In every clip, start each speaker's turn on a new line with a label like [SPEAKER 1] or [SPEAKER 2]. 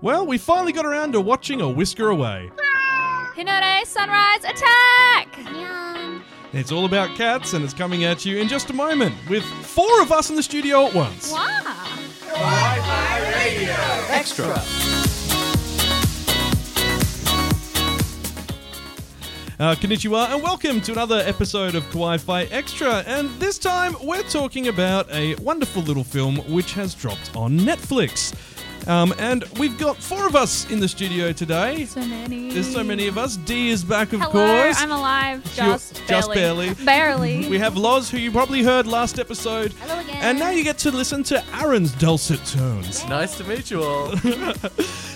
[SPEAKER 1] Well, we finally got around to watching A Whisker Away.
[SPEAKER 2] Hinode Sunrise Attack!
[SPEAKER 3] Yum.
[SPEAKER 1] It's all about cats and it's coming at you in just a moment with four of us in the studio at once.
[SPEAKER 2] Wow!
[SPEAKER 4] Extra.
[SPEAKER 1] Uh, konnichiwa and welcome to another episode of Kawaii Fi Extra. And this time we're talking about a wonderful little film which has dropped on Netflix. Um, and we've got four of us in the studio today.
[SPEAKER 2] So many.
[SPEAKER 1] There's so many of us. D is back, of
[SPEAKER 2] Hello,
[SPEAKER 1] course.
[SPEAKER 2] I'm alive.
[SPEAKER 1] You-
[SPEAKER 2] Just
[SPEAKER 1] just
[SPEAKER 2] barely.
[SPEAKER 1] barely.
[SPEAKER 2] barely.
[SPEAKER 1] we have Loz, who you probably heard last episode.
[SPEAKER 3] Hello again.
[SPEAKER 1] And now you get to listen to Aaron's dulcet tones.
[SPEAKER 4] Nice to meet you all.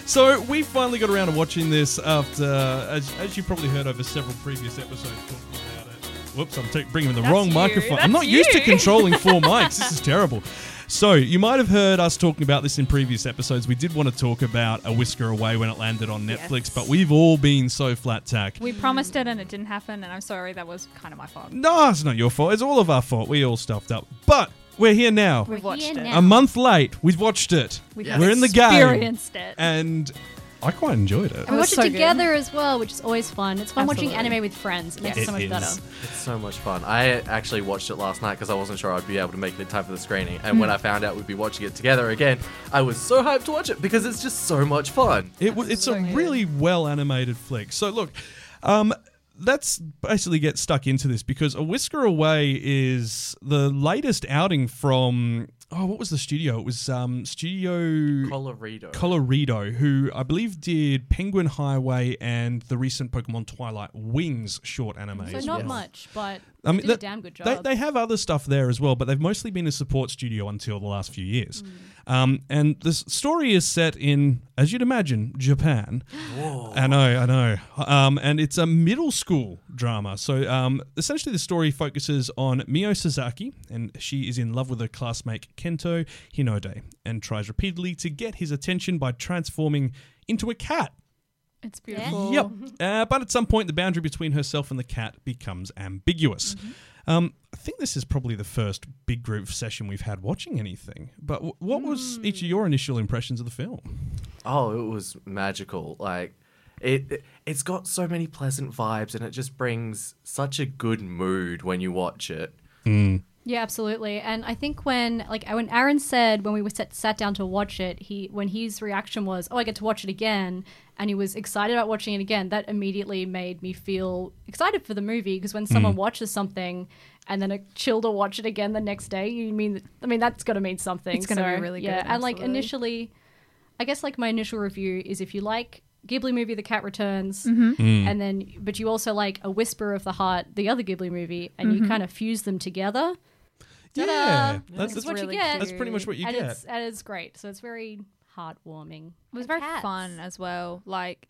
[SPEAKER 1] So we finally got around to watching this after, as, as you probably heard over several previous episodes talking about it. Whoops, I'm ta- bringing the
[SPEAKER 2] That's
[SPEAKER 1] wrong
[SPEAKER 2] you.
[SPEAKER 1] microphone. I'm
[SPEAKER 2] That's
[SPEAKER 1] not used to
[SPEAKER 2] you.
[SPEAKER 1] controlling four mics. This is terrible. So you might have heard us talking about this in previous episodes. We did want to talk about A Whisker Away when it landed on Netflix,
[SPEAKER 2] Yes.
[SPEAKER 1] but we've all been so flat tack.
[SPEAKER 2] We promised it and it didn't happen, and I'm sorry, that was kind of my fault.
[SPEAKER 1] No, it's not your fault. It's all of our fault. We all stuffed up. But we're here now.
[SPEAKER 2] We've watched
[SPEAKER 3] here
[SPEAKER 2] it.
[SPEAKER 3] now.
[SPEAKER 1] A month late, we've watched it.
[SPEAKER 2] We
[SPEAKER 4] Yes.
[SPEAKER 2] have
[SPEAKER 1] We're in the game.
[SPEAKER 2] Experienced it.
[SPEAKER 1] And I quite enjoyed it.
[SPEAKER 3] And we
[SPEAKER 2] It
[SPEAKER 3] watch
[SPEAKER 2] was
[SPEAKER 3] it
[SPEAKER 2] so good.
[SPEAKER 3] together as well, which is always fun. It's fun watching
[SPEAKER 2] Absolutely.
[SPEAKER 3] anime with friends. It makes it
[SPEAKER 1] It
[SPEAKER 3] so much
[SPEAKER 1] is.
[SPEAKER 3] better.
[SPEAKER 4] It's so much fun. I actually watched it last night because I wasn't sure I'd be able to make it in time for the screening. And when I found out we'd be watching it together again, I was so hyped to watch it because it's just so much fun.
[SPEAKER 1] It w- it's a really well animated flick. So look, um, let's basically get stuck into this because A Whisker Away is the latest outing from oh, what was the studio? It was um, Studio
[SPEAKER 4] Colorado.
[SPEAKER 1] Colorido, who I believe did Penguin Highway and the recent Pokemon Twilight Wings short anime.
[SPEAKER 3] So
[SPEAKER 1] as
[SPEAKER 3] not
[SPEAKER 1] well.
[SPEAKER 3] much, but
[SPEAKER 1] I mean,
[SPEAKER 3] did a
[SPEAKER 1] that-
[SPEAKER 3] damn good
[SPEAKER 1] They,
[SPEAKER 3] job.
[SPEAKER 1] they have other stuff there as well, but they've mostly been a support studio until the last few years.
[SPEAKER 3] Hmm.
[SPEAKER 1] Um, and the s- story is set in, as you'd imagine, Japan. I know, I know. Um, and it's a middle school drama. So um, essentially, the story focuses on Mio Sasaki, and she is in love with her classmate Kento Hinode and tries repeatedly to get his attention by transforming into a cat.
[SPEAKER 2] It's beautiful.
[SPEAKER 1] Yep. Uh, but at some point, the boundary between herself and the cat becomes ambiguous. Um, I think this is probably the first big group session we've had watching anything. But w- what was each of your initial impressions of the film?
[SPEAKER 4] Oh, it was magical. Like it, it it's got so many pleasant vibes and it just brings such a good mood when you watch it.
[SPEAKER 3] Yeah, absolutely. And I think when like when Aaron said when we were set, sat down to watch it, he when his reaction was, "Oh, I get to watch it again," and he was excited about watching it again. That immediately made me feel excited for the movie because when
[SPEAKER 2] Mm.
[SPEAKER 3] someone watches something and then a chill to watch it again the next day, you mean I mean that's got to mean something.
[SPEAKER 2] It's gonna
[SPEAKER 3] So,
[SPEAKER 2] be really
[SPEAKER 3] yeah.
[SPEAKER 2] good,
[SPEAKER 3] And like
[SPEAKER 2] absolutely.
[SPEAKER 3] initially, I guess like my initial review is if you like Ghibli movie The Cat Returns
[SPEAKER 2] Mm-hmm.
[SPEAKER 3] and then but you also like A Whisper of the Heart, the other Ghibli movie, and
[SPEAKER 2] Mm-hmm.
[SPEAKER 3] you kind of fuse them together. Ta-da!
[SPEAKER 1] Yeah, that's,
[SPEAKER 3] This
[SPEAKER 1] that's,
[SPEAKER 3] is what
[SPEAKER 2] really
[SPEAKER 3] you get.
[SPEAKER 1] that's pretty much what you
[SPEAKER 3] and
[SPEAKER 1] get.
[SPEAKER 3] It's, and it's great. So it's very heartwarming.
[SPEAKER 2] It was very fun as well. Like,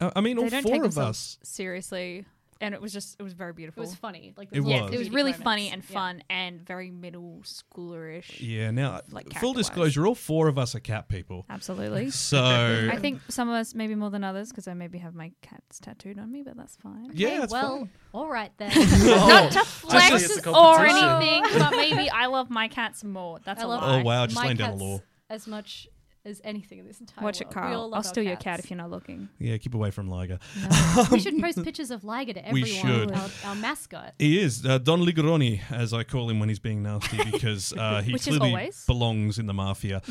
[SPEAKER 1] I I mean, all
[SPEAKER 2] they don't
[SPEAKER 1] four
[SPEAKER 2] take
[SPEAKER 1] of
[SPEAKER 2] themselves
[SPEAKER 1] us.
[SPEAKER 2] seriously. And it was just, it was very
[SPEAKER 3] It
[SPEAKER 2] beautiful.
[SPEAKER 3] was funny. Like
[SPEAKER 1] It
[SPEAKER 3] there's
[SPEAKER 1] Yes,
[SPEAKER 3] lots of
[SPEAKER 2] It was
[SPEAKER 3] comedic
[SPEAKER 2] really
[SPEAKER 3] moments.
[SPEAKER 2] funny and
[SPEAKER 3] Yeah.
[SPEAKER 2] fun and very middle schoolerish.
[SPEAKER 1] Yeah, now, full
[SPEAKER 2] Like character-wise.
[SPEAKER 1] disclosure, all four of us are cat people.
[SPEAKER 2] Absolutely.
[SPEAKER 1] So,
[SPEAKER 2] I think some of us maybe more than others because I maybe have my cats tattooed on me, but that's fine.
[SPEAKER 1] yeah,
[SPEAKER 3] Hey,
[SPEAKER 1] that's
[SPEAKER 3] well,
[SPEAKER 1] fine.
[SPEAKER 3] all right then.
[SPEAKER 2] Not to
[SPEAKER 4] Actually,
[SPEAKER 2] flex
[SPEAKER 4] it's a
[SPEAKER 2] or
[SPEAKER 4] competition.
[SPEAKER 2] anything, but maybe I love my cats more. That's
[SPEAKER 3] I
[SPEAKER 2] a
[SPEAKER 3] love
[SPEAKER 1] Oh,
[SPEAKER 2] lie.
[SPEAKER 1] wow, just
[SPEAKER 3] my
[SPEAKER 1] laying down the
[SPEAKER 3] cats
[SPEAKER 1] law.
[SPEAKER 3] As much as anything in this entire
[SPEAKER 2] Watch it,
[SPEAKER 3] world. We all
[SPEAKER 2] Carl.
[SPEAKER 3] love
[SPEAKER 2] I'll
[SPEAKER 3] our
[SPEAKER 2] steal your cat
[SPEAKER 3] cats.
[SPEAKER 2] if you're not looking.
[SPEAKER 1] Yeah, keep away from Liger.
[SPEAKER 3] we should post pictures of Liger to
[SPEAKER 1] We
[SPEAKER 3] everyone.
[SPEAKER 1] should.
[SPEAKER 3] Our, our mascot.
[SPEAKER 1] He is uh, Don Liguroni, as I call him when he's being nasty, because uh, he
[SPEAKER 2] Which is
[SPEAKER 1] clearly
[SPEAKER 2] always. Mm.
[SPEAKER 1] belongs in the mafia.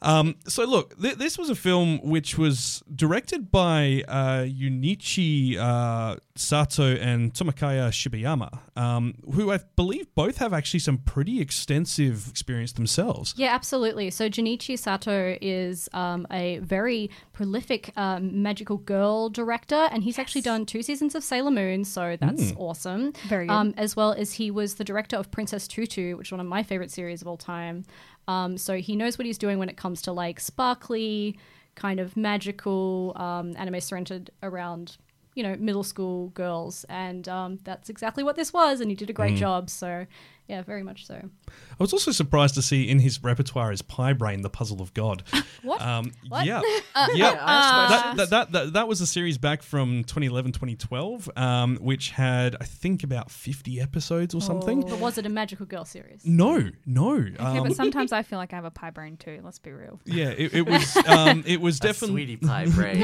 [SPEAKER 1] Um, so, look, th- this was a film which was directed by uh, Yunichi uh, Sato and Tomakaya Shibuyama, um, who I believe both have actually some pretty extensive experience themselves.
[SPEAKER 3] Yeah, absolutely. So Junichi Sato is um, a very prolific um, magical girl director, and he's actually done two seasons of Sailor Moon, so that's awesome.
[SPEAKER 2] Hmm. Very good.
[SPEAKER 3] Um, as well as he was the director of Princess Tutu, which is one of my favorite series of all time. Um, so he knows what he's doing when it comes to like sparkly, kind of magical um, anime centered around
[SPEAKER 2] Hmm.
[SPEAKER 3] you know middle school girls, and um, that's exactly what this was, and he did a great job. So Yeah, very much so.
[SPEAKER 1] I was also surprised to see in his repertoire is Pie Brain, the Puzzle of God.
[SPEAKER 3] What?
[SPEAKER 1] Um,
[SPEAKER 3] What?
[SPEAKER 1] Yeah.
[SPEAKER 2] Uh,
[SPEAKER 4] Yeah,
[SPEAKER 1] yeah.
[SPEAKER 4] I suppose-
[SPEAKER 1] That, that, that, that, that was a series back from 2011, 2012, um, which had, I think, about 50 episodes or something.
[SPEAKER 3] But was it a magical girl series?
[SPEAKER 1] No, no.
[SPEAKER 2] Oh. Okay,
[SPEAKER 1] Um,
[SPEAKER 2] but sometimes I feel like I have a pie brain too. Let's be real.
[SPEAKER 1] yeah, it, it was um, it was
[SPEAKER 4] a
[SPEAKER 1] definitely
[SPEAKER 4] sweetie pie brain.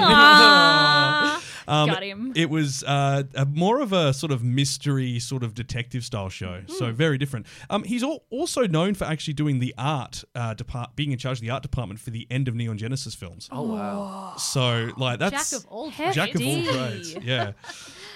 [SPEAKER 2] Ah.
[SPEAKER 1] Um,
[SPEAKER 2] Got him.
[SPEAKER 1] It was uh, a more of a sort of mystery, sort of detective style show.
[SPEAKER 2] Hmm.
[SPEAKER 1] So very different. Um, he's al- also known for actually doing the art uh, depart, being in charge of the art department for the end of Neon Genesis films.
[SPEAKER 4] oh wow.
[SPEAKER 1] So like that's
[SPEAKER 3] Jack of all
[SPEAKER 2] Heavy.
[SPEAKER 3] trades.
[SPEAKER 1] Jack of all
[SPEAKER 2] Indeed.
[SPEAKER 1] trades. Yeah.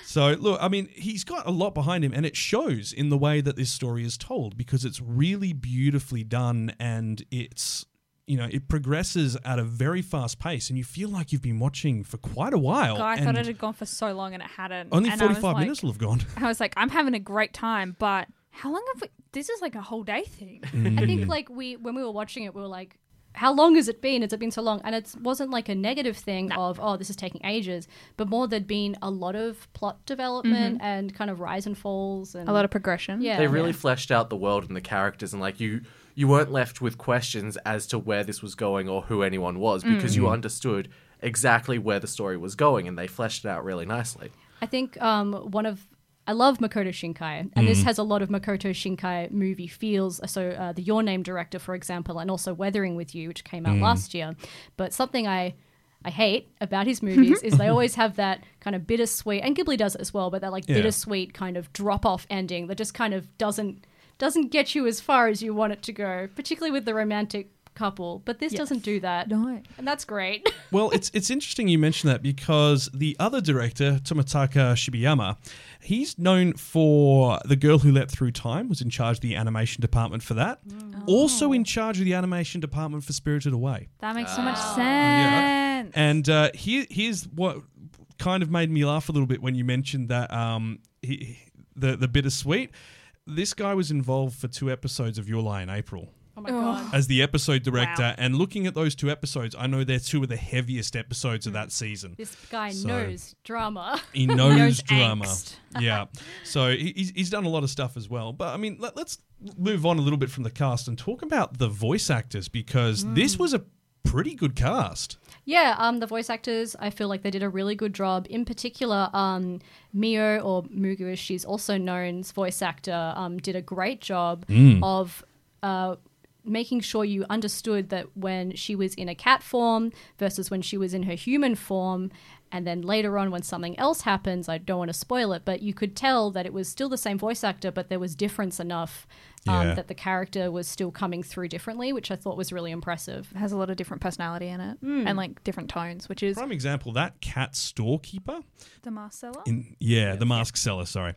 [SPEAKER 1] So look, I mean, he's got a lot behind him, and it shows in the way that this story is told because it's really beautifully done, and it's you know it progresses at a very fast pace, and you feel like you've been watching for quite a while.
[SPEAKER 2] God, I
[SPEAKER 1] and
[SPEAKER 2] thought it had gone for so long and it hadn't.
[SPEAKER 1] only
[SPEAKER 2] and I was
[SPEAKER 1] forty-five
[SPEAKER 2] like-
[SPEAKER 1] minutes will have gone.
[SPEAKER 2] I was like, I'm having a great time, but how long have we? This is like a whole day thing.
[SPEAKER 3] I think like we when we were watching it, we were like, "How long has it been? Has it been so long?" And it wasn't like a negative thing of "Oh, this is taking ages," but more there'd been a lot of plot development and kind of rise and falls and
[SPEAKER 2] Mm-hmm. A lot of progression.
[SPEAKER 3] Oh, yeah.
[SPEAKER 4] They really fleshed out the world and the characters, and like you, you weren't left with questions as to where this was going or who anyone was because you
[SPEAKER 3] Mm.
[SPEAKER 4] understood exactly where the story was going, and they fleshed it out really nicely.
[SPEAKER 3] I think um, one of I love Makoto Shinkai, and this
[SPEAKER 1] Mm.
[SPEAKER 3] has a lot of Makoto Shinkai movie feels. So uh, the Your Name director, for example, and also Weathering with You, which
[SPEAKER 1] Mm.
[SPEAKER 3] came out last year. But something I I hate about his movies is
[SPEAKER 1] Mm-hmm.
[SPEAKER 3] they always have that kind of bittersweet, and Ghibli does it as well, but that like
[SPEAKER 1] Yeah.
[SPEAKER 3] bittersweet kind of drop off ending that just kind of doesn't doesn't get you as far as you want it to go, particularly with the romantic couple. But this doesn't do that,
[SPEAKER 2] No.
[SPEAKER 3] and that's great.
[SPEAKER 1] Well, it's it's interesting you mention that because the other director, Tomotaka Shibuyama, he's known for The Girl Who Leapt Through Time, was in charge of the animation department for that. Also in charge of the animation department for Spirited Away.
[SPEAKER 2] That makes so much sense.
[SPEAKER 1] Yeah. And uh, here, here's what kind of made me laugh a little bit when you mentioned that um, he, the the bittersweet. This guy was involved for two episodes of Your Lie in April
[SPEAKER 3] oh my god.
[SPEAKER 1] as the episode director,
[SPEAKER 2] Wow.
[SPEAKER 1] and looking at those two episodes, I know they're two of the heaviest episodes of that season.
[SPEAKER 3] This guy
[SPEAKER 1] So-
[SPEAKER 3] knows drama.
[SPEAKER 1] He knows,
[SPEAKER 2] knows
[SPEAKER 1] drama.
[SPEAKER 2] angst.
[SPEAKER 1] yeah. So he- he's, he's done a lot of stuff as well. But I mean, let, us move on a little bit from the cast and talk about the voice actors because this was a pretty good cast.
[SPEAKER 3] Yeah, um, the voice actors, I feel like they did a really good job. In particular, um, Mio or Mugu, as she's also known's voice actor, um, did a great job of uh, making sure you understood that when she was in a cat form versus when she was in her human form. And then later on, when something else happens, I don't want to spoil it, but you could tell that it was still the same voice actor, but there was difference enough um,
[SPEAKER 1] Yeah.
[SPEAKER 3] that the character was still coming through differently, which I thought was really impressive.
[SPEAKER 2] It has a lot of different personality in it
[SPEAKER 3] Hmm.
[SPEAKER 2] and like different tones, which is
[SPEAKER 1] Prime example, that cat storekeeper.
[SPEAKER 2] the Marcella.
[SPEAKER 1] In, yeah, the mask seller, sorry.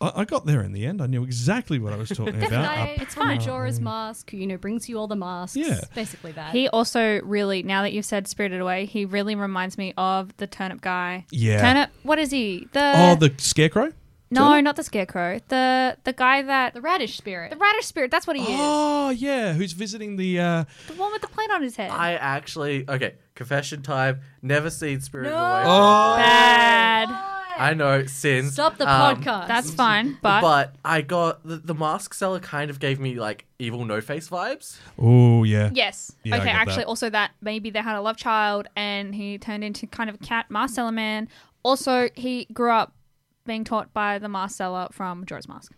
[SPEAKER 1] I, I got there in the end. I knew exactly what I was talking about. I-
[SPEAKER 3] it's fine. Jorah's mask, you know, brings you all the masks.
[SPEAKER 1] Yeah.
[SPEAKER 3] Basically that.
[SPEAKER 2] He also really, now that you've said Spirited Away, he really reminds me of the turnip guy.
[SPEAKER 1] Yeah.
[SPEAKER 2] Turnip, what is he? The
[SPEAKER 1] oh, the scarecrow?
[SPEAKER 2] no, not the scarecrow. The the guy that
[SPEAKER 3] the radish spirit.
[SPEAKER 2] the radish spirit. That's what he
[SPEAKER 1] Oh, yeah. Who's visiting the. Uh,
[SPEAKER 2] is. The one with the plate on his head.
[SPEAKER 4] I actually okay, confession time. Never seen Spirit of Away.
[SPEAKER 2] Bad.
[SPEAKER 3] Oh
[SPEAKER 4] I know sins.
[SPEAKER 3] Stop the
[SPEAKER 4] um,
[SPEAKER 3] podcast.
[SPEAKER 2] That's fine, but,
[SPEAKER 4] But, I got the, the mask seller kind of gave me like evil no face vibes.
[SPEAKER 1] oh, yeah.
[SPEAKER 2] yes.
[SPEAKER 1] Yeah, I
[SPEAKER 2] okay,
[SPEAKER 1] get
[SPEAKER 2] actually,
[SPEAKER 1] that.
[SPEAKER 2] also that maybe they had a love child and he turned into kind of a cat Marcella man. Also, he grew up being taught by the Marcella from Jorah's Mask.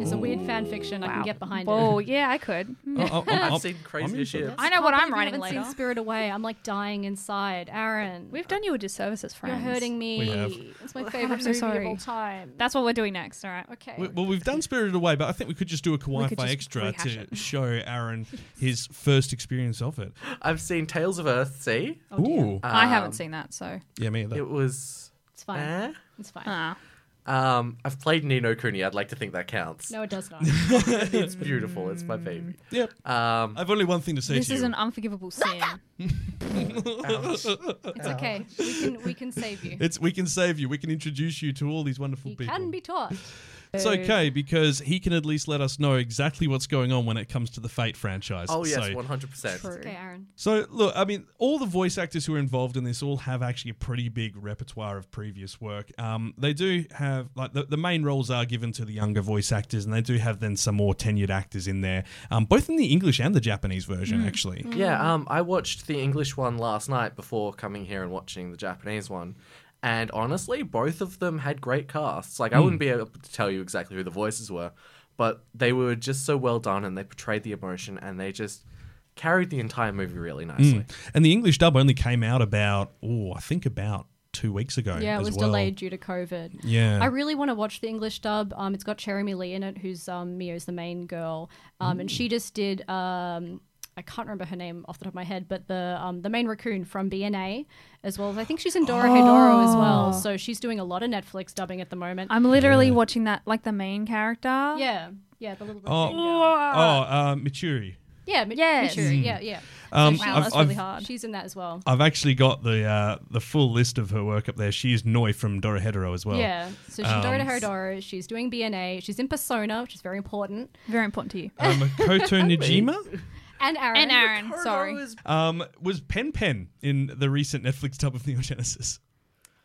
[SPEAKER 3] It's a weird fan fiction. I can get behind
[SPEAKER 2] Oh,
[SPEAKER 3] it.
[SPEAKER 2] yeah, I could.
[SPEAKER 1] Oh, oh, oh,
[SPEAKER 4] I've
[SPEAKER 1] oh,
[SPEAKER 4] seen
[SPEAKER 1] I'm
[SPEAKER 4] crazy
[SPEAKER 1] into
[SPEAKER 4] shit.
[SPEAKER 1] that.
[SPEAKER 2] I know what I'm
[SPEAKER 3] I
[SPEAKER 2] writing
[SPEAKER 3] haven't
[SPEAKER 2] later.
[SPEAKER 3] seen Spirit Away. I'm like dying inside. Aaron,
[SPEAKER 2] We've done you a disservice as
[SPEAKER 3] you're
[SPEAKER 2] friends.
[SPEAKER 3] hurting me.
[SPEAKER 1] We have.
[SPEAKER 3] It's my favorite
[SPEAKER 2] so
[SPEAKER 3] movie
[SPEAKER 2] sorry.
[SPEAKER 3] of all time.
[SPEAKER 2] That's what we're doing next, all right?
[SPEAKER 3] okay.
[SPEAKER 1] We- Well, we've done Spirited Away, but I think we could just do a
[SPEAKER 2] We
[SPEAKER 1] Kawaii
[SPEAKER 2] could
[SPEAKER 1] Fi
[SPEAKER 2] just
[SPEAKER 1] Extra
[SPEAKER 2] rehash
[SPEAKER 1] to
[SPEAKER 2] it.
[SPEAKER 1] show Aaron his first experience of it.
[SPEAKER 4] I've seen Tales of Earth Sea.
[SPEAKER 2] Oh,
[SPEAKER 1] Ooh.
[SPEAKER 2] I haven't seen that, so.
[SPEAKER 1] yeah, me either.
[SPEAKER 4] It was.
[SPEAKER 3] it's fine.
[SPEAKER 4] eh?
[SPEAKER 3] It's fine.
[SPEAKER 2] Ah.
[SPEAKER 4] Um, I've played Nino Kuni. I'd like to think that counts.
[SPEAKER 3] No, it does not.
[SPEAKER 4] It's beautiful. It's my baby.
[SPEAKER 1] yeah.
[SPEAKER 4] Um,
[SPEAKER 1] I've only one thing to say
[SPEAKER 2] This
[SPEAKER 1] to
[SPEAKER 2] is
[SPEAKER 1] you.
[SPEAKER 2] an unforgivable sin.
[SPEAKER 4] ouch.
[SPEAKER 3] It's okay. We can we can save you.
[SPEAKER 1] it's we can save you. We can introduce you to all these wonderful
[SPEAKER 3] You
[SPEAKER 1] people.
[SPEAKER 3] can be taught.
[SPEAKER 1] It's okay because he can at least let us know exactly what's going on when it comes to the Fate franchise.
[SPEAKER 4] Oh yes,
[SPEAKER 1] So,
[SPEAKER 4] one hundred percent.
[SPEAKER 2] True.
[SPEAKER 3] Okay, Aaron.
[SPEAKER 1] so look, I mean, all the voice actors who are involved in this all have actually a pretty big repertoire of previous work. Um, they do have like the, the main roles are given to the younger voice actors, and they do have then some more tenured actors in there, um, both in the English and the Japanese version,
[SPEAKER 3] Mm.
[SPEAKER 1] actually.
[SPEAKER 4] Yeah, um, I watched the English one last night before coming here and watching the Japanese one. And honestly, both of them had great casts. Like, I wouldn't be able to tell you exactly who the voices were, but they were just so well done and they portrayed the emotion and they just carried the entire movie really nicely.
[SPEAKER 1] And the English dub only came out about oh, I think about two weeks ago.
[SPEAKER 3] Yeah, it
[SPEAKER 1] as
[SPEAKER 3] was
[SPEAKER 1] well.
[SPEAKER 3] delayed due to COVID.
[SPEAKER 1] Yeah.
[SPEAKER 3] I really want to watch the English dub. Um, it's got Cherry Lee in it, who's um, Mio's the main girl, um, and
[SPEAKER 1] Mm.
[SPEAKER 3] she just did. Um, I can't remember her name off the top of my head, but the um, the main raccoon from BNA as well. as I think she's in Dora Hedoro as
[SPEAKER 1] Oh.
[SPEAKER 3] well, so she's doing a lot of Netflix dubbing at the moment.
[SPEAKER 2] I'm literally watching that like the main character.
[SPEAKER 3] yeah, yeah, the little
[SPEAKER 1] Oh.
[SPEAKER 3] raccoon girl.
[SPEAKER 1] oh, uh, Michuri.
[SPEAKER 3] Yeah, Mi-
[SPEAKER 2] Yes.
[SPEAKER 3] Michiru, yeah, yeah.
[SPEAKER 1] Um,
[SPEAKER 3] So
[SPEAKER 2] Wow,
[SPEAKER 1] I've-
[SPEAKER 2] that's
[SPEAKER 1] I've-
[SPEAKER 2] really hard.
[SPEAKER 3] She's in that as well.
[SPEAKER 1] I've actually got the uh, the full list of her work up there. She is Noi from Dorohedoro as well.
[SPEAKER 3] yeah, so she's um, Dora Hedoro. She's doing BNA. She's in Persona, which is very important.
[SPEAKER 2] Very important to you.
[SPEAKER 1] Um, Koto Nijima
[SPEAKER 3] And Aaron.
[SPEAKER 2] And Aaron, sorry.
[SPEAKER 4] Koro is-
[SPEAKER 1] um, was Pen Pen in the recent Netflix dub of Neogenesis.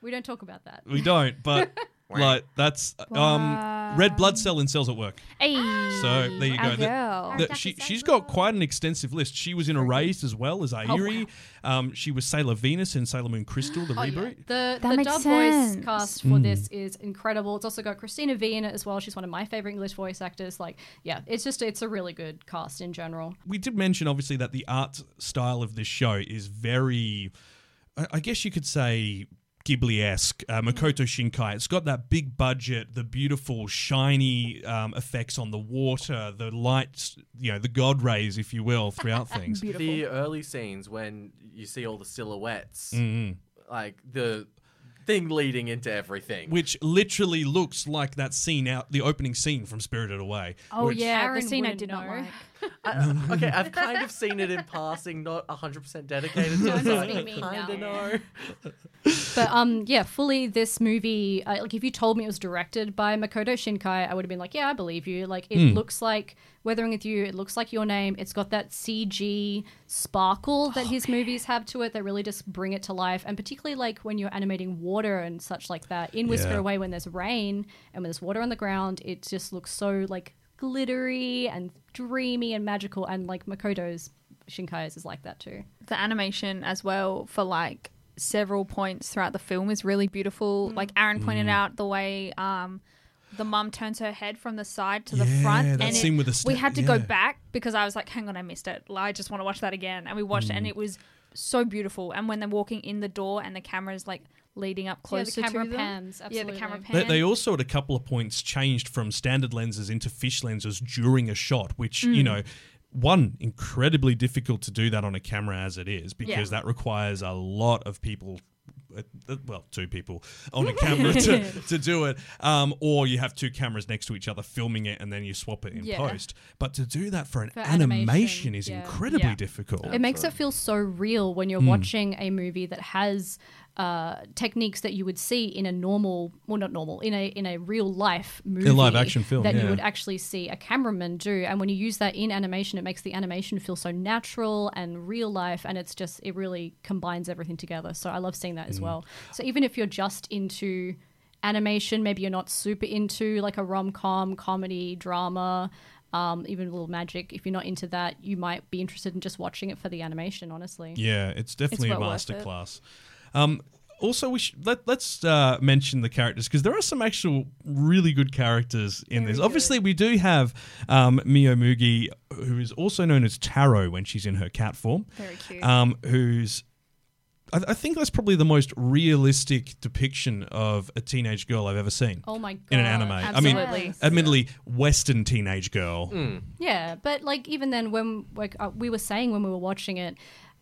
[SPEAKER 3] We don't talk about that.
[SPEAKER 1] We don't, but like that's um, red blood cell in cells at work.
[SPEAKER 2] Hey.
[SPEAKER 1] So there you go.
[SPEAKER 2] Our
[SPEAKER 1] The-
[SPEAKER 2] girl.
[SPEAKER 1] the- she, she's got quite an extensive list. She was in Erased as well as Airi. um, she was Sailor Venus in Sailor Moon Crystal,
[SPEAKER 3] Oh,
[SPEAKER 1] the reboot.
[SPEAKER 3] The,
[SPEAKER 2] That
[SPEAKER 3] the
[SPEAKER 2] makes
[SPEAKER 3] dub
[SPEAKER 2] sense.
[SPEAKER 3] voice cast for this is incredible. It's also got Christina Vina as well. She's one of my favorite English voice actors. Like, yeah, it's just it's a really good cast in general.
[SPEAKER 1] we did mention obviously that the art style of this show is very I I guess you could say Ghibli-esque, uh, Makoto Shinkai. It's got that big budget, the beautiful shiny um, effects on the water, the lights, you know, the god rays, if you will, throughout things.
[SPEAKER 4] the early scenes when you see all the silhouettes, like the thing leading into everything.
[SPEAKER 1] Which literally looks like that scene out, the opening scene from Spirited Away.
[SPEAKER 3] Oh
[SPEAKER 1] which-
[SPEAKER 3] yeah,
[SPEAKER 2] Aaron
[SPEAKER 3] Christina
[SPEAKER 2] wouldn't
[SPEAKER 3] did not
[SPEAKER 2] know.
[SPEAKER 3] like.
[SPEAKER 4] I- uh, okay, I've kind of seen it in passing, not 100% dedicated to it,
[SPEAKER 3] I'm
[SPEAKER 4] so
[SPEAKER 3] just
[SPEAKER 4] I
[SPEAKER 3] being mean
[SPEAKER 4] kind of
[SPEAKER 3] now.
[SPEAKER 4] know.
[SPEAKER 3] But um, yeah, fully this movie. Uh, like, if you told me it was directed by Makoto Shinkai, I would have been like, yeah, I believe you. Like, it looks like Weathering with You. It looks like Your Name. It's got that CG sparkle that his movies have to it. That really just bring it to life. And particularly like when you're animating water and such like that in Whisper
[SPEAKER 1] Yeah.
[SPEAKER 3] Away, when there's rain and when there's water on the ground, it just looks so like glittery and dreamy and magical. And like Makoto's Shinkai's is like that too.
[SPEAKER 2] the animation as well for like several points throughout the film is really
[SPEAKER 3] Mm.
[SPEAKER 2] beautiful. Like Aaron pointed
[SPEAKER 1] Mm.
[SPEAKER 2] out, the way um, the mum turns her head from the side to the
[SPEAKER 1] Yeah,
[SPEAKER 2] front,
[SPEAKER 1] that
[SPEAKER 2] and
[SPEAKER 1] scene
[SPEAKER 2] it,
[SPEAKER 1] with the
[SPEAKER 2] we
[SPEAKER 1] sta-
[SPEAKER 2] had to go
[SPEAKER 1] yeah.
[SPEAKER 2] back because I was like, "Hang on, I missed it. I just want to watch that again." And we watched it,
[SPEAKER 1] Mm.
[SPEAKER 2] and it was so beautiful. And when they're walking in the door, and the camera's like leading up
[SPEAKER 3] Yeah,
[SPEAKER 2] closer
[SPEAKER 3] the camera
[SPEAKER 2] to them.
[SPEAKER 3] pans. Absolutely.
[SPEAKER 2] Yeah, the camera
[SPEAKER 1] They,
[SPEAKER 2] pan.
[SPEAKER 1] they also, at a couple of points, changed from standard lenses into fish lenses during a shot, which,
[SPEAKER 3] Hmm.
[SPEAKER 1] you know, one, incredibly difficult to do that on a camera as it is, because that requires a lot of people. uh, uh, Well, two people on a camera to, to do it, um, or you have two cameras next to each other filming it, and then you swap it in
[SPEAKER 3] Yeah.
[SPEAKER 1] post. But to do that for an
[SPEAKER 3] For
[SPEAKER 1] animation,
[SPEAKER 3] animation,
[SPEAKER 1] is
[SPEAKER 3] yeah.
[SPEAKER 1] incredibly
[SPEAKER 2] Yeah.
[SPEAKER 1] difficult.
[SPEAKER 3] it makes it feel so real when
[SPEAKER 1] Hmm.
[SPEAKER 3] you're watching a movie that has uh, techniques that you would see in a normal, well, not normal, in a in a real life movie,
[SPEAKER 1] live action film,
[SPEAKER 3] that
[SPEAKER 1] yeah.
[SPEAKER 3] you would actually see a cameraman do. And when you use that in animation, it makes the animation feel so natural and real life, and it's just it really combines everything together. So I love seeing that as well. So even if you're just into animation, maybe you're not super into like a rom com, comedy, drama, um, even a little magic. If you're not into that, you might be interested in just watching it for the animation, honestly.
[SPEAKER 1] Yeah, it's definitely
[SPEAKER 2] well
[SPEAKER 1] a
[SPEAKER 2] worth it.
[SPEAKER 1] masterclass. Um, also, we should, let, let's uh, mention the characters because there are some actual really good characters in this. Obviously, we do have um, Mio Mugi, who is also known as Taro when she's in her cat form.
[SPEAKER 2] Very cute.
[SPEAKER 1] Um, who's I, I think that's probably the most realistic depiction of a teenage girl I've ever seen.
[SPEAKER 3] Oh my god.
[SPEAKER 1] In an anime. I mean,
[SPEAKER 2] Absolutely.
[SPEAKER 1] admittedly, Western teenage girl.
[SPEAKER 3] Yeah, but like even then, when like uh, we were saying when we were watching it,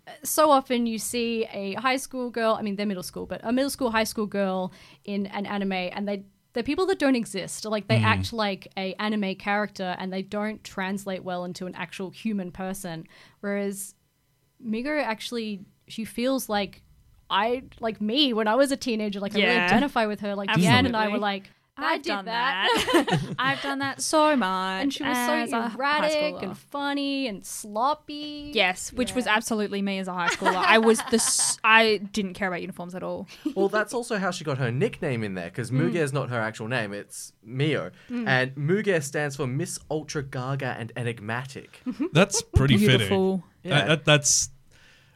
[SPEAKER 3] uh, so often you see a high school girl. I mean, they're middle school, but a middle school, high school girl in an anime, and they they're people that don't exist. Like they act like a anime character, and they don't translate well into an actual human person. Whereas Migo actually, she feels like I like me when I was a teenager. Like I really
[SPEAKER 2] Yeah.
[SPEAKER 3] identify with her. Like Deanne and I
[SPEAKER 2] Absolutely.
[SPEAKER 3] were like.
[SPEAKER 2] I've
[SPEAKER 3] did
[SPEAKER 2] done
[SPEAKER 3] that.
[SPEAKER 2] that. I've done that so much.
[SPEAKER 3] and she was
[SPEAKER 2] as
[SPEAKER 3] so
[SPEAKER 2] a high
[SPEAKER 3] erratic
[SPEAKER 2] schooler.
[SPEAKER 3] and funny and sloppy.
[SPEAKER 2] Yes, which was
[SPEAKER 3] Yeah.
[SPEAKER 2] absolutely me as a high schooler. I was the s- I didn't care about uniforms at all.
[SPEAKER 4] Well, that's also how she got her nickname in there because
[SPEAKER 3] Mm.
[SPEAKER 4] Muge is not her actual name; it's Mio, and Muge stands for Miss Ultra Gaga and Enigmatic.
[SPEAKER 1] That's pretty fitting.
[SPEAKER 2] Beautiful.
[SPEAKER 1] That,
[SPEAKER 4] Yeah.
[SPEAKER 1] that- that's.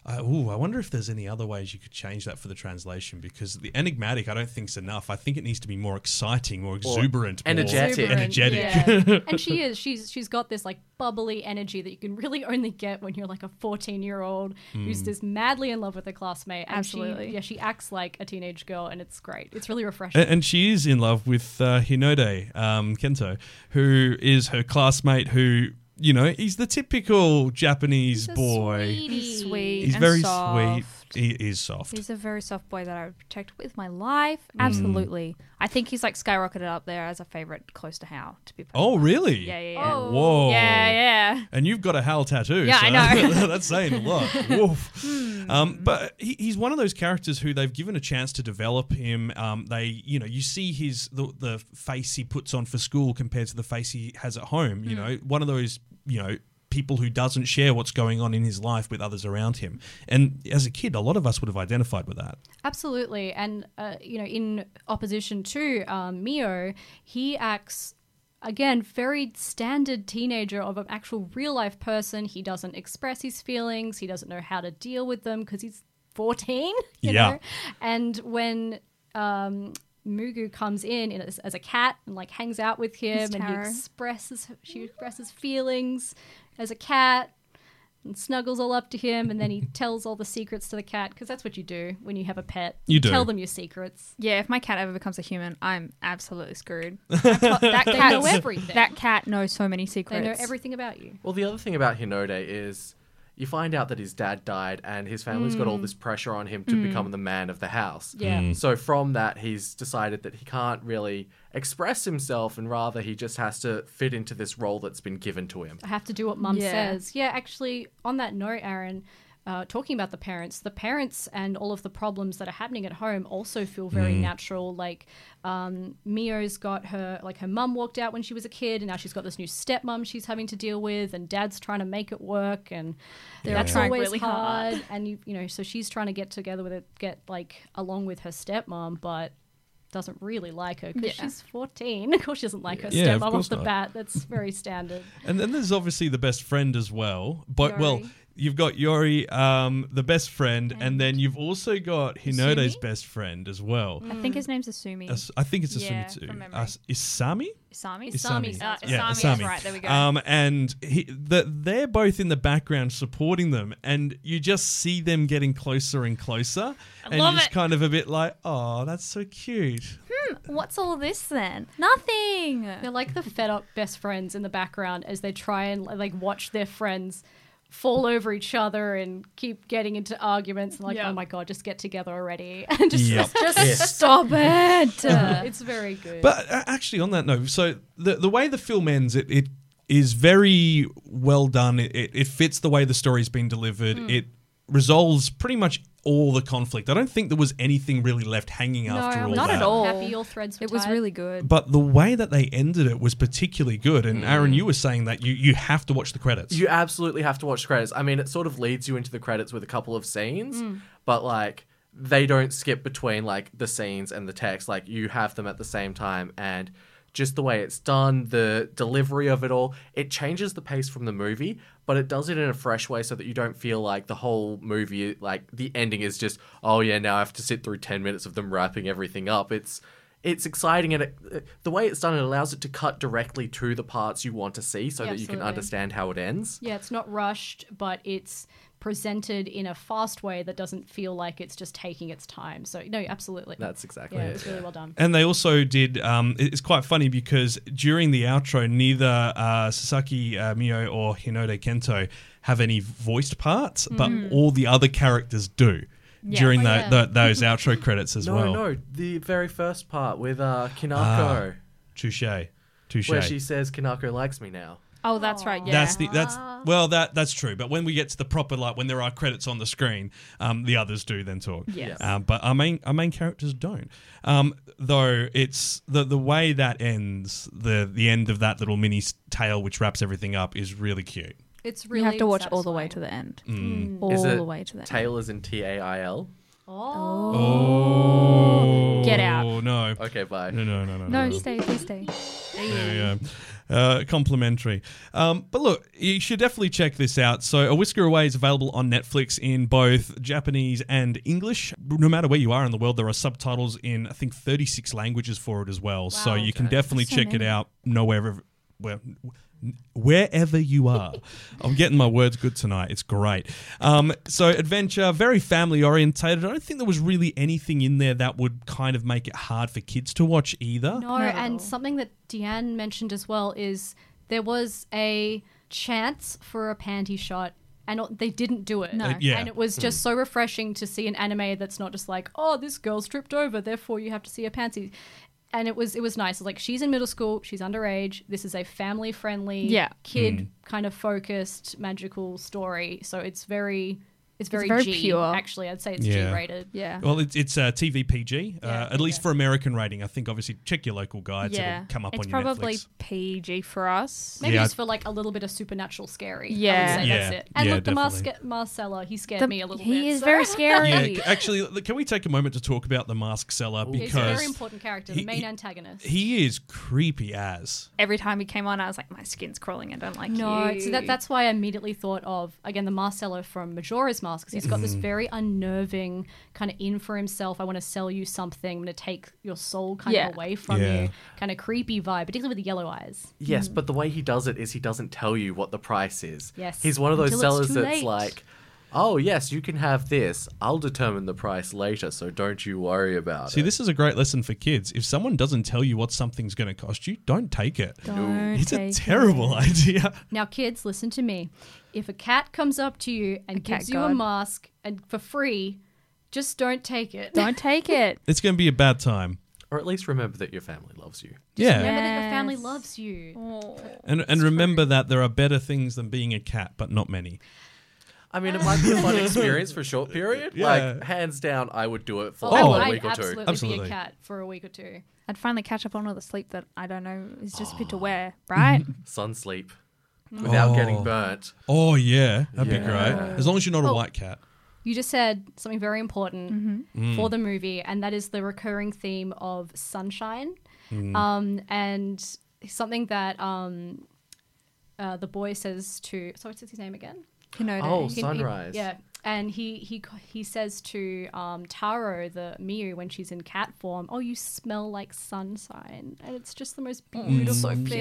[SPEAKER 1] Uh, ooh, I wonder if there's any other ways you could change that for the translation because the enigmatic I don't think's enough. I think it needs to be more exciting, more exuberant, more-
[SPEAKER 4] energetic.
[SPEAKER 1] Energetic.
[SPEAKER 3] yeah. and she is. She's she's got this like bubbly energy that you can really only get when you're like a 14 year old
[SPEAKER 1] Hmm.
[SPEAKER 3] who's just madly in love with a classmate. And
[SPEAKER 2] Absolutely.
[SPEAKER 3] She, yeah, she acts like a teenage girl, and it's great. It's really refreshing.
[SPEAKER 1] A- And she is in love with uh, Hinode um, Kento, who is her classmate. Who you know, he's the typical Japanese boy.
[SPEAKER 2] He's
[SPEAKER 3] He's
[SPEAKER 2] sweet.
[SPEAKER 3] sweet
[SPEAKER 1] He's
[SPEAKER 2] and
[SPEAKER 1] very
[SPEAKER 2] soft.
[SPEAKER 1] sweet. He is soft.
[SPEAKER 2] He's a very soft boy that I would protect with my life. Absolutely. I think he's like skyrocketed up there as a favorite close to Hal, to be perfect.
[SPEAKER 1] oh, really?
[SPEAKER 2] Yeah, yeah, yeah.
[SPEAKER 3] Oh.
[SPEAKER 1] Whoa.
[SPEAKER 2] Yeah, yeah.
[SPEAKER 1] And you've got a Hal tattoo.
[SPEAKER 2] Yeah,
[SPEAKER 1] so
[SPEAKER 2] I know. Hmm.
[SPEAKER 1] that's saying a lot. Woof. Um, but he, he's one of those characters who they've given a chance to develop him. Um, they, you know, you see his the, the face he puts on for school compared to the face he has at home.
[SPEAKER 2] Hmm.
[SPEAKER 1] You know, one of those, you know. People who doesn't share what's going on in his life with others around him, and as a kid, a lot of us would have identified with that.
[SPEAKER 3] Absolutely, and uh, you know, in opposition to um, Mio, he acts again very standard teenager of an actual real life person. He doesn't express his feelings. He doesn't know how to deal with them because he's fourteen. You
[SPEAKER 1] Yeah.
[SPEAKER 3] know? and when. Um, Mugu comes in in- as, as a cat and like hangs out with him,
[SPEAKER 2] He's
[SPEAKER 3] and he
[SPEAKER 2] Taro.
[SPEAKER 3] expresses she expresses feelings as a cat and snuggles all up to him, and then he tells all the secrets to the cat because that's what you do when you have a pet.
[SPEAKER 1] You do.
[SPEAKER 3] tell them your secrets.
[SPEAKER 2] Yeah, if my cat ever becomes a human, I'm absolutely screwed. I've got- that cat
[SPEAKER 3] know everything.
[SPEAKER 2] That cat knows so many
[SPEAKER 3] They
[SPEAKER 2] secrets.
[SPEAKER 3] know everything about you.
[SPEAKER 4] Well, the other thing about Hinode is you find out that his dad died and his family's got all this pressure on him to become the man of the house.
[SPEAKER 3] Mm. Yeah. Mm.
[SPEAKER 4] So from that, he's decided that he can't really express himself and rather he just has to fit into this role that's been given to him.
[SPEAKER 3] I have to do what mum
[SPEAKER 2] Yeah.
[SPEAKER 3] says. Yeah, actually, on that note, Aaron, uh, talking about the parents, the parents and all of the problems that are happening at home also feel very
[SPEAKER 1] Mm.
[SPEAKER 3] natural. Like, um, Mio's got her, like, her mum walked out when she was a kid, and now she's got this new stepmom she's having to deal with, and dad's trying to make it work, and
[SPEAKER 2] They're
[SPEAKER 3] that's
[SPEAKER 2] trying
[SPEAKER 3] always
[SPEAKER 2] really hard.
[SPEAKER 3] hard. And, you, you know, so she's trying to get together with it, get, like, along with her stepmom, but doesn't really like her because
[SPEAKER 2] Yeah.
[SPEAKER 3] she's 14. Of course, she doesn't like her
[SPEAKER 1] Yeah, of
[SPEAKER 3] stepmom
[SPEAKER 1] course
[SPEAKER 3] off the
[SPEAKER 1] not.
[SPEAKER 3] bat. That's very standard.
[SPEAKER 1] And then there's obviously the best friend as well. But
[SPEAKER 3] Yori.
[SPEAKER 1] well, you've got Yori, um, the best friend, and, then you've also got Hinode's
[SPEAKER 2] Asumi?
[SPEAKER 1] best friend as well.
[SPEAKER 2] I think his name's
[SPEAKER 1] Mm.
[SPEAKER 2] Asumi.
[SPEAKER 1] As- I think it's Asumi
[SPEAKER 2] Mm. Yeah,
[SPEAKER 1] too.
[SPEAKER 2] from memory.
[SPEAKER 1] As- Isami?
[SPEAKER 2] Asami?
[SPEAKER 1] Isami.
[SPEAKER 2] Uh, Isami,
[SPEAKER 1] Yeah,
[SPEAKER 2] that's right. There we go.
[SPEAKER 1] Um, and he, the, they're both in the background supporting them, and you just see them getting closer and closer. and
[SPEAKER 2] love
[SPEAKER 1] you're just
[SPEAKER 2] it.
[SPEAKER 1] kind of a bit like, oh, that's so cute.
[SPEAKER 2] What's all this then? Nothing.
[SPEAKER 3] They're like the fed up best friends in the background as they try and like watch their friends fall over each other and keep getting into arguments and like,
[SPEAKER 2] Yeah.
[SPEAKER 3] oh my god, just get together already. And just uh,
[SPEAKER 1] Yep.
[SPEAKER 3] just
[SPEAKER 2] Stop it.
[SPEAKER 3] it's very good.
[SPEAKER 1] But uh, actually, on that note, so the the way the film ends, it, it is very well done. It, it, it fits the way the story's been delivered.
[SPEAKER 2] Hmm.
[SPEAKER 1] It resolves pretty much all the conflict. I don't think there was anything really left hanging after all
[SPEAKER 2] not
[SPEAKER 1] that.
[SPEAKER 2] at all.
[SPEAKER 3] Happy all threads were
[SPEAKER 2] it was
[SPEAKER 3] tied.
[SPEAKER 2] really good.
[SPEAKER 1] But the way that they ended it was particularly good.
[SPEAKER 2] Hmm.
[SPEAKER 1] And Aaron, you were saying that you, you have to watch the credits.
[SPEAKER 4] You absolutely have to watch the credits. I mean, it sort of leads you into the credits with a couple of scenes, but like they don't skip between like the scenes and the text. Like you have them at the same time and just the way it's done, the delivery of it all, it changes the pace from the movie, but it does it in a fresh way so that you don't feel like the whole movie like the ending is just, oh yeah, now I have to sit through 10 minutes of them wrapping everything up. It's it's exciting and it, the way it's done it allows it to cut directly to the parts you want to see so
[SPEAKER 3] Yeah,
[SPEAKER 4] that you can
[SPEAKER 3] absolutely.
[SPEAKER 4] understand understand how it ends.
[SPEAKER 3] Yeah, it's not rushed, but it's presented in a fast way that doesn't feel like it's just taking its time. So no, absolutely.
[SPEAKER 4] That's exactly
[SPEAKER 3] yeah,
[SPEAKER 4] it.
[SPEAKER 3] it was really well done.
[SPEAKER 1] And they also did. Um, it- it's quite funny because during the outro, neither uh, Sasaki uh, Mio or Hinode Kento have any voiced parts, but all the other characters do during
[SPEAKER 3] Oh,
[SPEAKER 1] tho-
[SPEAKER 3] Hmm. yeah.
[SPEAKER 1] tho- those outro credits as
[SPEAKER 4] No,
[SPEAKER 1] well.
[SPEAKER 4] no, the very first part with uh,
[SPEAKER 1] Ah,
[SPEAKER 4] Kinako,
[SPEAKER 1] Touche, touche.
[SPEAKER 4] where she says Kinako likes me now.
[SPEAKER 2] Oh, that's right. Yeah.
[SPEAKER 1] That's the that's well that that's true. But when we get to the proper like when there are credits on the screen, um, the others do then talk.
[SPEAKER 2] Yes.
[SPEAKER 1] Uh, but our main our main characters don't. Um, though it's the the way that ends the the end of that little mini s- tale which wraps everything up is really cute.
[SPEAKER 3] It's
[SPEAKER 2] you
[SPEAKER 3] really
[SPEAKER 2] have to watch all the way to
[SPEAKER 3] satisfying.
[SPEAKER 2] the end.
[SPEAKER 1] Mm.
[SPEAKER 2] All
[SPEAKER 4] Is it
[SPEAKER 2] the way to the end.
[SPEAKER 4] Tail is in T A I L.
[SPEAKER 3] Oh.
[SPEAKER 1] Oh,
[SPEAKER 2] Get out.
[SPEAKER 1] No.
[SPEAKER 4] Okay, bye.
[SPEAKER 1] No, no, no, no,
[SPEAKER 2] No, stay, please stay.
[SPEAKER 1] There we go. Uh, complimentary. Um, but look, you should definitely check this out. So, A Whisker Away is available on Netflix in both Japanese and English. No matter where you are in the world, there are subtitles in, I think, 36 languages for it as well. so, you can definitely
[SPEAKER 2] So
[SPEAKER 1] check it
[SPEAKER 2] many.
[SPEAKER 1] out no wherever, where, wherever you are. I'm getting my words good tonight. It's great. Um, so, adventure, very family orientated. I don't think there was really anything in there that would kind of make it hard for kids to watch either.
[SPEAKER 3] No,
[SPEAKER 2] Not at all.
[SPEAKER 3] and something that Deanne mentioned as well is there was a chance for a panty shot, and they didn't do it.
[SPEAKER 2] No. Uh,
[SPEAKER 1] yeah. Mm.
[SPEAKER 3] And it was just so refreshing to see an anime that's not just like, oh, this girl's tripped over, therefore you have to see her panties. And it was it was nice. Like she's in middle school, she's underage. This is a family friendly,
[SPEAKER 2] Yeah.
[SPEAKER 3] kid
[SPEAKER 1] Mm.
[SPEAKER 3] kind of focused magical story. So it's very, it's very,
[SPEAKER 2] very
[SPEAKER 3] G,
[SPEAKER 2] pure.
[SPEAKER 3] Actually, I'd say it's
[SPEAKER 1] Yeah.
[SPEAKER 3] G rated.
[SPEAKER 2] Yeah.
[SPEAKER 1] Well, it's it's uh, TVPG,
[SPEAKER 3] Yeah,
[SPEAKER 1] uh, at least
[SPEAKER 3] okay.
[SPEAKER 1] for American rating. I think obviously check your local guides.
[SPEAKER 2] yeah.
[SPEAKER 1] It'll come up
[SPEAKER 2] it's
[SPEAKER 1] on your
[SPEAKER 2] probably
[SPEAKER 1] Netflix.
[SPEAKER 2] PG for us.
[SPEAKER 3] Maybe
[SPEAKER 1] Yeah,
[SPEAKER 3] just
[SPEAKER 1] I-
[SPEAKER 3] for like a little bit of supernatural scary.
[SPEAKER 2] Yeah.
[SPEAKER 3] I would say
[SPEAKER 1] Yeah.
[SPEAKER 3] that's it. And
[SPEAKER 1] Yeah,
[SPEAKER 3] look, the
[SPEAKER 1] definitely.
[SPEAKER 3] mask Marcella, he scared
[SPEAKER 2] The-
[SPEAKER 3] me a little
[SPEAKER 2] he
[SPEAKER 3] bit.
[SPEAKER 2] is
[SPEAKER 3] so-
[SPEAKER 2] very scary.
[SPEAKER 1] Yeah, c- actually, look, can we take a moment to talk about the mask seller
[SPEAKER 3] He's a very
[SPEAKER 1] because
[SPEAKER 3] important character,
[SPEAKER 1] he-
[SPEAKER 3] the main
[SPEAKER 1] he-
[SPEAKER 3] antagonist.
[SPEAKER 1] he is creepy as.
[SPEAKER 2] Every time he came on, I was like, my skin's crawling. I don't like
[SPEAKER 3] no,
[SPEAKER 2] you.
[SPEAKER 3] so that, that's why I immediately thought of again the Marcello from Majora's Mask because he's got
[SPEAKER 1] Mm.
[SPEAKER 3] this very unnerving kind of in for himself. I want to sell you something. I'm going to take your soul kind
[SPEAKER 2] Yeah.
[SPEAKER 3] of away from
[SPEAKER 1] Yeah.
[SPEAKER 3] you. Kind of creepy vibe, particularly with the yellow eyes.
[SPEAKER 4] Yes, but the way he does it is he doesn't tell you what the price is.
[SPEAKER 3] Yes,
[SPEAKER 4] He's one of those
[SPEAKER 3] until
[SPEAKER 4] sellers
[SPEAKER 3] it's too
[SPEAKER 4] that's
[SPEAKER 3] late.
[SPEAKER 4] like, oh, yes, you can have this. I'll determine the price later, so don't you worry about
[SPEAKER 1] See,
[SPEAKER 4] it.
[SPEAKER 1] this is a great lesson for kids. If someone doesn't tell you what something's going to cost you, don't take it.
[SPEAKER 2] Don't
[SPEAKER 1] it's a
[SPEAKER 2] take
[SPEAKER 1] terrible idea.
[SPEAKER 3] Now, kids, listen to me. If a cat comes up to you and
[SPEAKER 2] cat
[SPEAKER 3] gives you a
[SPEAKER 2] god.
[SPEAKER 3] mask and for free, just don't take it.
[SPEAKER 2] Don't take it.
[SPEAKER 1] It's going to be a bad time.
[SPEAKER 4] Or at least remember that your family loves you.
[SPEAKER 1] Yeah,
[SPEAKER 3] Remember that your family
[SPEAKER 2] Yes.
[SPEAKER 3] loves you.
[SPEAKER 1] and and remember that there are better things than being a cat, but not many.
[SPEAKER 4] I mean, it might be a fun experience for a short period.
[SPEAKER 1] Yeah.
[SPEAKER 4] Like, hands down, I would do it for
[SPEAKER 1] Oh,
[SPEAKER 4] like a
[SPEAKER 3] I'd
[SPEAKER 4] week or two.
[SPEAKER 3] absolutely, be
[SPEAKER 1] Absolutely.
[SPEAKER 3] a cat for a week or two.
[SPEAKER 2] I'd finally catch up on all the sleep that I don't know is just good to wear, right?
[SPEAKER 4] Sun sleep without
[SPEAKER 1] Oh.
[SPEAKER 4] getting burnt.
[SPEAKER 1] Oh yeah, that'd be
[SPEAKER 4] Yeah.
[SPEAKER 1] great. As long as you're not a white cat.
[SPEAKER 3] You just said something very important
[SPEAKER 4] Mm-hmm. Mm.
[SPEAKER 3] for the movie, and that is the recurring theme of sunshine,
[SPEAKER 4] Mm.
[SPEAKER 3] um, and something that um, uh, the boy says to. Sorry, what's his name again?
[SPEAKER 2] You know,
[SPEAKER 4] Oh,
[SPEAKER 2] that-
[SPEAKER 3] He- he-
[SPEAKER 4] sunrise.
[SPEAKER 3] yeah, and he he he says to um, Taro the Miu when she's in cat form, "Oh, you smell like sunshine," and it's just the most beautiful thing.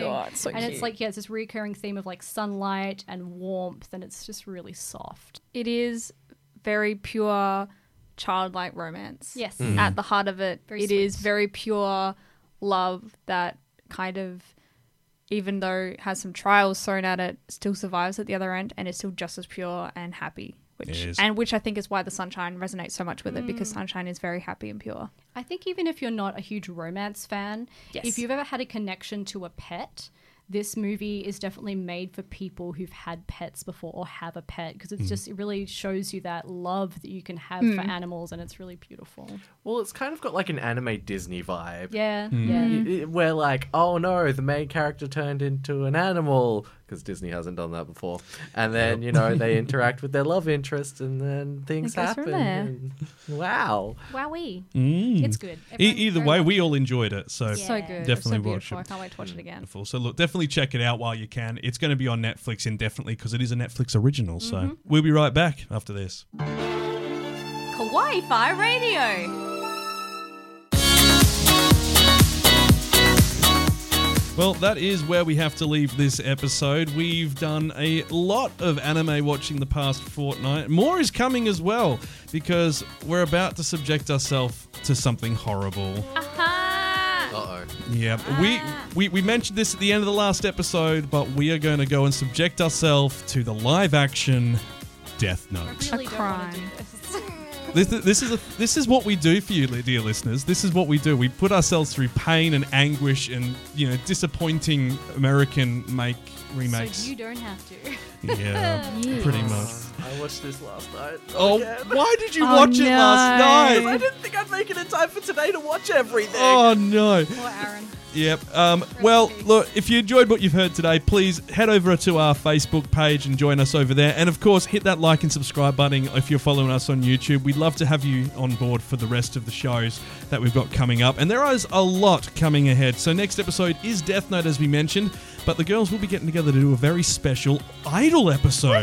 [SPEAKER 2] Mm. It's so
[SPEAKER 3] and it's
[SPEAKER 2] cute.
[SPEAKER 3] like yeah, it's this recurring theme of like sunlight and warmth, and it's just really soft.
[SPEAKER 2] it is very pure childlike romance.
[SPEAKER 3] Yes.
[SPEAKER 1] Mm.
[SPEAKER 4] Mm.
[SPEAKER 2] At the heart of it, it
[SPEAKER 3] Very
[SPEAKER 2] is
[SPEAKER 3] sweet.
[SPEAKER 2] very pure love that kind of even though it has some trials thrown at it, still survives at the other end and is still just as pure and happy.
[SPEAKER 1] It
[SPEAKER 2] Which
[SPEAKER 1] is.
[SPEAKER 2] and which I think is why the sunshine resonates so much with it
[SPEAKER 3] Mm.
[SPEAKER 2] because sunshine is very happy and pure.
[SPEAKER 3] I think even if you're not a huge romance fan,
[SPEAKER 2] Yes.
[SPEAKER 3] if you've ever had a connection to a pet. This movie is definitely made for people who've had pets before or have a pet because
[SPEAKER 1] Mm.
[SPEAKER 3] it's just it really shows you that love that you can have for animals and it's really beautiful.
[SPEAKER 4] Well, it's kind of got like an anime Disney vibe.
[SPEAKER 3] Yeah,
[SPEAKER 1] Mm.
[SPEAKER 3] yeah.
[SPEAKER 4] Y- y- Where like, oh no, the main character turned into an animal because Disney hasn't done that before, and then you know they interact with their love interest, and then things
[SPEAKER 2] goes
[SPEAKER 4] happen.
[SPEAKER 2] from there.
[SPEAKER 4] and- wow,
[SPEAKER 3] Wowie.
[SPEAKER 1] Mm.
[SPEAKER 3] It's good.
[SPEAKER 1] E-
[SPEAKER 3] Everyone
[SPEAKER 1] either
[SPEAKER 3] very
[SPEAKER 1] way,
[SPEAKER 3] much-
[SPEAKER 1] we all enjoyed it. So
[SPEAKER 3] Yeah.
[SPEAKER 2] So good.
[SPEAKER 1] Definitely
[SPEAKER 2] so
[SPEAKER 1] watch
[SPEAKER 2] beautiful.
[SPEAKER 1] it.
[SPEAKER 2] I can't wait to watch it again.
[SPEAKER 1] Wonderful. So look, definitely check it out while you can. It's going to be on Netflix indefinitely because it is a Netflix original. So we'll be right back after this.
[SPEAKER 5] Kawaii Fi Radio.
[SPEAKER 1] Well, that is where we have to leave this episode. We've done a lot of anime watching the past fortnight. More is coming as well because we're about to subject ourselves to something horrible.
[SPEAKER 3] Uh-huh.
[SPEAKER 4] uh oh,
[SPEAKER 1] Yeah, we, we we mentioned this at the end of the last episode, but we are going to go and subject ourselves to the live action Death Note.
[SPEAKER 3] really don't wanna do
[SPEAKER 2] crime.
[SPEAKER 3] this.
[SPEAKER 1] This, this is a, this is what we do for you, li- dear listeners. This is what we do. We put ourselves through pain and anguish and you know disappointing American make remakes.
[SPEAKER 3] So you don't have to.
[SPEAKER 1] yeah, pretty much.
[SPEAKER 4] I watched this last night.
[SPEAKER 1] Oh,
[SPEAKER 4] again.
[SPEAKER 1] why did you
[SPEAKER 2] Oh,
[SPEAKER 1] watch it last
[SPEAKER 2] no.
[SPEAKER 1] night?
[SPEAKER 4] I didn't think I'd make it in time for today to watch everything.
[SPEAKER 1] Oh no.
[SPEAKER 3] Poor Aaron.
[SPEAKER 1] Yep. Um, well, look, if you enjoyed what you've heard today, please head over to our Facebook page and join us over there. And of course, hit that like and subscribe button if you're following us on YouTube. We'd love to have you on board for the rest of the shows that we've got coming up. And there is a lot coming ahead. So, next episode is Death Note, as we mentioned, but the girls will be getting together to do a very special Idol episode.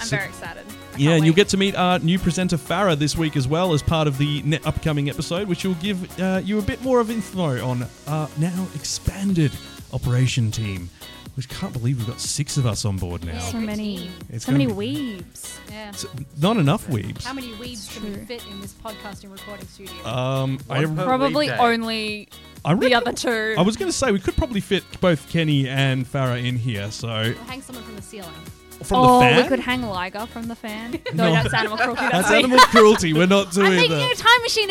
[SPEAKER 2] I'm
[SPEAKER 1] So-
[SPEAKER 2] very excited. I
[SPEAKER 1] Yeah,
[SPEAKER 2] can't
[SPEAKER 1] and you'll
[SPEAKER 2] wait.
[SPEAKER 1] get to meet our new presenter Farah this week as well as part of the ne- upcoming episode, which will give uh, you a bit more of info on our now expanded operation team. Which can't believe we've got six of us on board now.
[SPEAKER 3] So many.
[SPEAKER 1] It's
[SPEAKER 2] so
[SPEAKER 1] gonna
[SPEAKER 2] many
[SPEAKER 1] be-
[SPEAKER 2] weebs.
[SPEAKER 3] Yeah.
[SPEAKER 1] It's not enough weebs.
[SPEAKER 3] How many weeds can we
[SPEAKER 2] true.
[SPEAKER 3] fit in this podcasting recording studio?
[SPEAKER 1] Um, I,
[SPEAKER 4] One per-
[SPEAKER 2] Probably
[SPEAKER 4] weeb day.
[SPEAKER 2] only
[SPEAKER 1] I reckon-
[SPEAKER 2] the other two.
[SPEAKER 1] I was going to say we could probably fit both Kenny and Farah in here. So
[SPEAKER 3] we'll hang someone from the ceiling.
[SPEAKER 1] from
[SPEAKER 2] oh,
[SPEAKER 1] the fan,
[SPEAKER 2] we could hang Liger from the fan.
[SPEAKER 1] No.
[SPEAKER 2] No, that's animal cruelty. That's,
[SPEAKER 1] that's
[SPEAKER 2] me.
[SPEAKER 1] animal cruelty. We're not doing
[SPEAKER 2] I'm making
[SPEAKER 1] that.
[SPEAKER 2] a time machine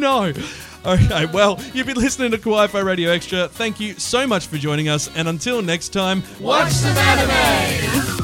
[SPEAKER 1] no. Okay, well, you've been listening to Kawaii Fi Radio Extra. Thank you so much for joining us, and until next time, watch
[SPEAKER 4] Watch some anime.